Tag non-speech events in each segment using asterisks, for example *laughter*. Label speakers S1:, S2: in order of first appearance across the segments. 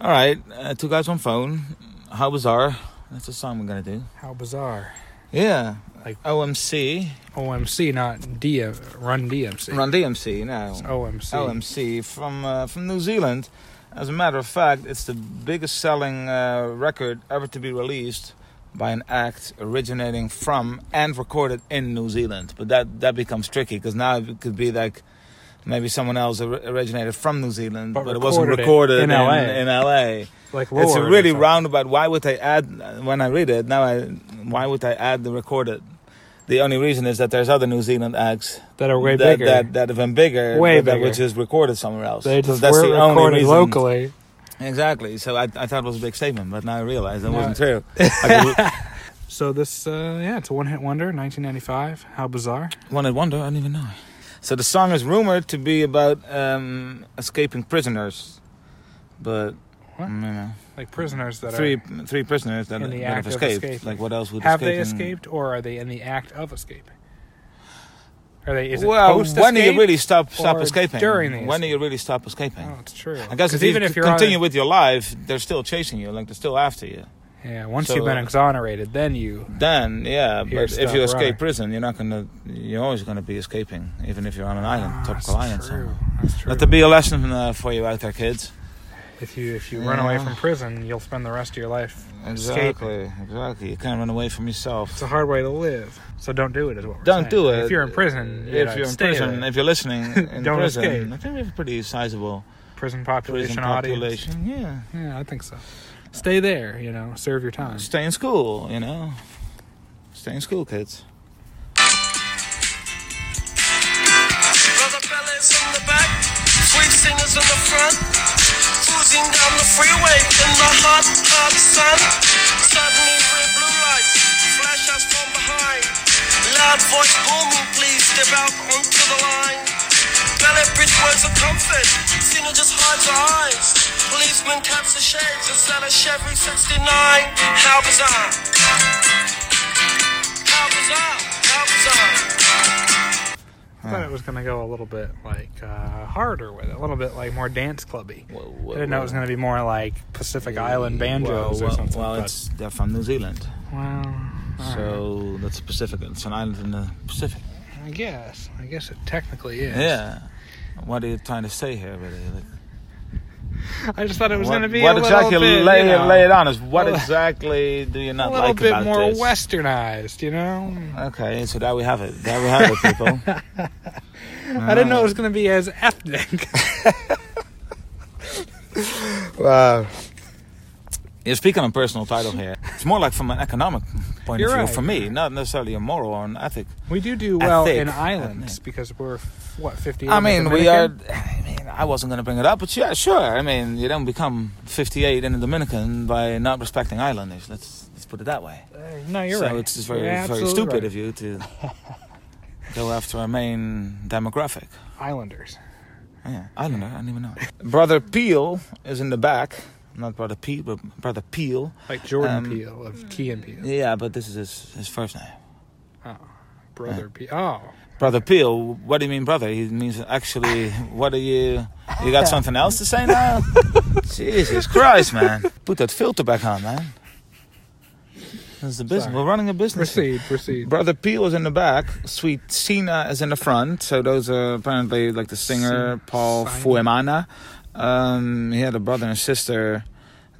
S1: All right, uh, two guys on phone. How bizarre! That's the song we're gonna do.
S2: How bizarre.
S1: Yeah,
S2: Like-
S1: OMC,
S2: OMC, not D. Run DMC.
S1: Run DMC. No,
S2: It's OMC.
S1: LMC from uh, from New Zealand. As a matter of fact, it's the biggest selling uh, record ever to be released by an act originating from and recorded in New Zealand. But that that becomes tricky because now it could be like maybe someone else or- originated from New Zealand, but,
S2: But
S1: it wasn't
S2: recorded it
S1: recorded
S2: in LA.
S1: In, LA.
S2: Like
S1: It's a
S2: Lord or
S1: really
S2: something.
S1: roundabout. Why would they add when I read it now? I why would I add the recorded? The only reason is that there's other New Zealand acts
S2: that are way
S1: that,
S2: bigger.
S1: That that have been bigger,
S2: Way
S1: but that
S2: bigger.
S1: which is recorded somewhere else.
S2: they
S1: 'Cause
S2: just were recorded
S1: reason-
S2: locally.
S1: Exactly. So I, I thought it was a big statement, but now I realize that
S2: No.
S1: wasn't
S2: *laughs*
S1: true. I could-
S2: So this, uh, yeah, it's a one-hit wonder, 1995. How bizarre.
S1: One had wonder, I didn't even know. So the song is rumored to be about um, escaping prisoners, but
S2: What?
S1: you know,
S2: Like prisoners that
S1: three
S2: are.
S1: three prisoners that,
S2: In the
S1: that
S2: act
S1: have
S2: of
S1: escaped.
S2: escaping.
S1: Like what else would
S2: Have they
S1: escaping-
S2: escaped, or are they in the act of escaping? Are they? Is it
S1: well,
S2: post
S1: when do you really stop stop
S2: or
S1: escaping?
S2: during the
S1: when do you really stop escaping?
S2: Oh, it's true.
S1: I guess
S2: 'Cause
S1: if even you if you
S2: on-
S1: continue with your life, they're still chasing you. Like they're still after you.
S2: yeah, once
S1: so-
S2: you've been exonerated, then you.
S1: Then, yeah,
S2: Here,
S1: but if
S2: stop
S1: you escape
S2: running.
S1: prison, you're not gonna. You're always gonna be escaping, even if you're on an island,
S2: Ah,
S1: tropical island.
S2: That's
S1: somewhere.
S2: true. That's true.
S1: Let there be a lesson uh, for you out there, kids.
S2: if you if you run away
S1: Yeah.
S2: from prison, you'll spend the rest of your life.
S1: Exactly, exactly. You can't run away from yourself.
S2: It's a hard way to live. So don't do it. Is what we're
S1: Don't
S2: saying.
S1: do it.
S2: If you're in prison, you
S1: if
S2: know,
S1: you're in
S2: stay
S1: prison,
S2: there.
S1: if you're
S2: *laughs*
S1: listening in
S2: Don't
S1: prison,
S2: escape.
S1: I think we have a pretty sizable prison
S2: prison population audience.
S1: population. Yeah,
S2: Yeah, I think so. Stay there, you know, serve your time.
S1: stay in school. You know, stay in school, kids.
S3: Brother fellas in the back, sweet singers in the front, cruising down the freeway in the hot, hot sun. Suddenly red blue lights flash us from behind. Loud voice booming, please step out onto the line. Ballet bridge words of comfort, Cena just hides her eyes. Policeman taps the shades inside a Chevy 69. How bizarre. How bizarre. How bizarre.
S2: I thought it was going to go a little bit like uh, harder with it, a little bit like more dance clubby.
S1: Well,
S2: I didn't know it was going to be more like Pacific Island banjos
S1: well,
S2: or something.
S1: Well,
S2: but-
S1: it's they're from New Zealand,
S2: well, all
S1: so that's Pacific. It's an island in the Pacific.
S2: right. I guess, I guess it technically is.
S1: Yeah. What are you trying to say here, really? Like,
S2: I just thought it was going to be
S1: what
S2: a little
S1: exactly?
S2: bit,
S1: lay,
S2: you know,
S1: lay it on us. What
S2: a li-
S1: exactly do you
S2: a
S1: not
S2: little
S1: like
S2: bit
S1: about
S2: more
S1: this?
S2: westernized, you know.
S1: Okay, so there we have it. There we have it,
S2: *laughs*
S1: people.
S2: I didn't know it was going to be as
S1: *laughs*
S2: ethnic.
S1: Wow. You're speaking on personal title here. It's more like from an economic point
S2: You're
S1: of view
S2: right.
S1: for me, not necessarily a moral or an ethic.
S2: we do do well
S1: Ethnic,
S2: in islands
S1: ethnic.
S2: because we're what fifty.
S1: I mean, we are. I mean, I wasn't going to bring it up, but yeah, sure. I mean, you don't become 58 in the Dominican by not respecting islanders. Let's let's put it that way.
S2: Uh, no, you're
S1: so
S2: right.
S1: it's just very
S2: You're
S1: very
S2: absolutely
S1: stupid
S2: right.
S1: of you *laughs* to go after our main demographic.
S2: Islanders.
S1: Yeah, Islander, I don't even know. *laughs* Brother Peel is in the back. Not Brother Pete, but Brother Peel.
S2: Like Jordan
S1: Um,
S2: Peele of Key and Peele.
S1: Yeah, but this is his, his first name.
S2: Oh, Brother Peele. Oh,
S1: Brother Peel, what do you mean, brother? He means actually, what are you. You got something else to say
S2: *laughs*
S1: now? Jesus Christ, man. Put that filter back on, man. This is a business.
S2: Sorry.
S1: We're running a business. here.
S2: proceed, proceed.
S1: Brother Peel is in the back. Sweet Sina is in the front. So those are apparently like the singer
S2: Sina.
S1: Paul
S2: Sina.
S1: Fuemana. Um, he had a brother and sister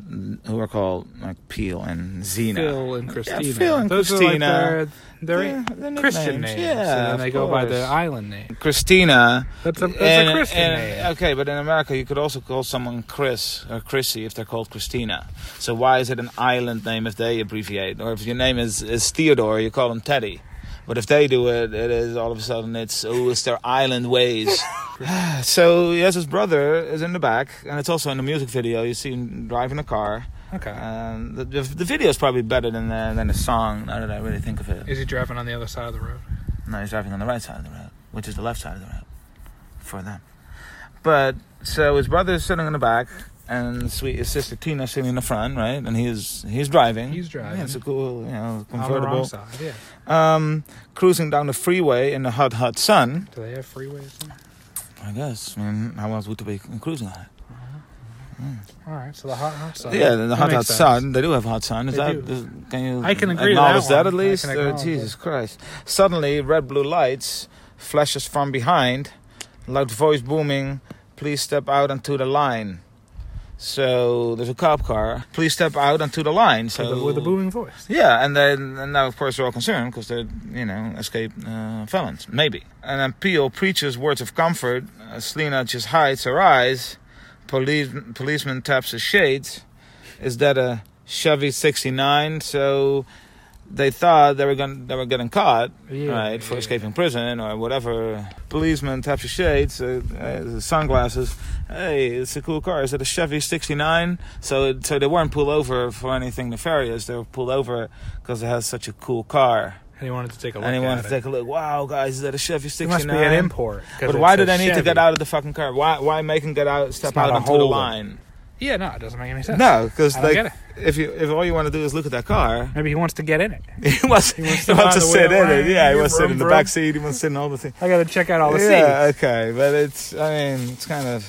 S1: who are called like Peel and Zena.
S2: Phil and Christina.
S1: Yeah, Phil and
S2: Those
S1: Christina.
S2: Are like their, their
S1: Yeah, their
S2: Christian
S1: nicknames.
S2: names.
S1: Yeah,
S2: and then
S1: of
S2: they go by the
S1: course.
S2: island name.
S1: Christina.
S2: That's a, that's a
S1: And-
S2: Christian
S1: and-
S2: name.
S1: Okay, but in America you could also call someone Chris or Chrissy if they're called Christina. So why is it an island name if they abbreviate? Or if your name is, is Theodore, you call him Teddy. But if they do it, it is all of a sudden it's oh, it's their island
S2: *laughs*
S1: ways. *sighs* so yes, his brother is in the back, and it's also in the music video. You see him driving a car.
S2: Okay.
S1: Um, the, the, the video is probably better than the, than the song. Now that I really think of it,
S2: Is he driving on the other side of the road?
S1: no, he's driving on the right side of the road, which is the left side of the road for them. But so his brother is sitting in the back, and sweet his sister Tina sitting in the front, right? And he's he's driving.
S2: He's driving.
S1: Yeah, it's a cool, you know,
S2: On the wrong
S1: convertible.
S2: side, yeah.
S1: Um, cruising down the freeway in the hot, hot sun.
S2: Do they have freeways? there?
S1: I guess. I mean, how else would they be cruising on it?
S2: All right, so the hot hot sun.
S1: Yeah, the
S2: That
S1: hot
S2: makes
S1: hot
S2: sense.
S1: sun. They do have hot sun. Is
S2: They
S1: that
S2: do.
S1: is- can you?
S2: I can agree with
S1: acknowledge
S2: that
S1: at
S2: one. I
S1: least.
S2: can
S1: Uh,
S2: acknowledge
S1: Jesus Christ! Suddenly, red blue lights flashes from behind, loud voice booming, "Please step out onto the line." So there's a cop car. Please step out onto the line. So
S2: With a- with a booming voice.
S1: yeah, and then and now of course they're all concerned because they're you know escaped uh, felons, maybe. And then Peel preaches words of comfort. Uh, Selena just hides her eyes. Police policeman taps his shades. Is that a Chevy '69? So they thought they were going they were getting caught,
S2: Yeah,
S1: right, for
S2: yeah.
S1: escaping prison or whatever. Policeman taps his shades, uh, uh, sunglasses. Hey, it's a cool car. Is it a Chevy '69? So so they weren't pulled over for anything nefarious. They were pulled over because it has such a cool car.
S2: And he wanted to take a look.
S1: and they
S2: at
S1: wanted to
S2: it.
S1: take a look. Wow, guys, is that a Chevy
S2: It
S1: '69?
S2: must be an import. 'cause
S1: But why
S2: it's
S1: do
S2: a
S1: they need to get
S2: Chevy.
S1: out of the fucking car? Why why make them get out, step
S2: It's not
S1: out
S2: a
S1: onto the
S2: holdup.
S1: line?
S2: Yeah, no, it doesn't make any sense.
S1: No, because
S2: I don't
S1: like
S2: get it.
S1: if you if all you want to do is look at that car,
S2: Maybe he wants to get in it.
S1: *laughs* he wants, he wants
S2: wants
S1: to,
S2: to find a
S1: sit
S2: way
S1: in it.
S2: around.
S1: Yeah, he wants to sit
S2: Vroom,
S1: in the
S2: vroom.
S1: back seat. He wants to sit in all the things.
S2: I gotta check out all the
S1: yeah, okay, but it's I mean it's kind of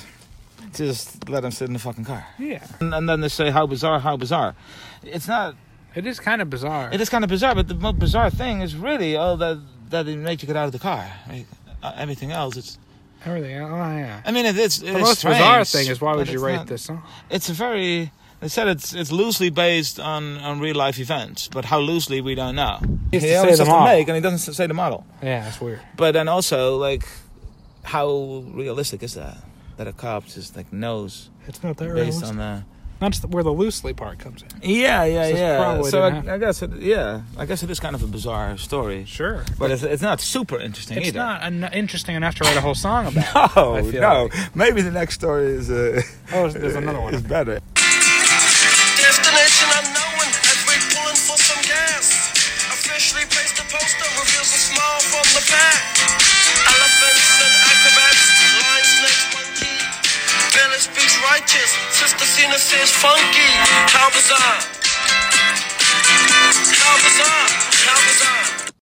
S1: just let him sit in the fucking car.
S2: seats. Yeah,
S1: And, and then they say how bizarre, how bizarre. It's not.
S2: it is kind of bizarre.
S1: It is kind of bizarre, but the most bizarre thing is really all that that it made you get out of the car. Like, uh, everything else, it's.
S2: Everything. Oh yeah.
S1: I mean, it, it's
S2: The most bizarre thing is why would you write
S1: this?
S2: this song?
S1: it's a very they said it's it's loosely based on on real life events, but how loosely we don't know.
S2: He used
S1: He
S2: to
S1: only says
S2: say the
S1: the
S2: model.
S1: make, and he doesn't say the model.
S2: Yeah, that's weird.
S1: But then also like, how realistic is that? That a cop just like knows
S2: It's not that
S1: based
S2: realistic.
S1: on the
S2: That's where the loosely part comes in.
S1: yeah yeah
S2: So it's
S1: yeah.
S2: probably
S1: So
S2: didn't happen.
S1: I, I guess it, yeah, I guess it is kind of a bizarre story,
S2: Sure.
S1: but it's, it's not super interesting
S2: It's
S1: either.
S2: not en- interesting enough to write a whole song about.
S1: *laughs* Oh
S2: I feel
S1: no!
S2: like-
S1: Maybe the next story is uh,
S2: *laughs* Oh, there's
S1: *laughs*
S2: another one.
S1: is better.
S3: Destination unknown as we pulling for some gas. Officially placed a poster reveals a smile from the back. Elephants and acrobats, lion snakes, monkey. Billy speaks righteous, Sister Cena says funky. How bizarre! How bizarre! How bizarre!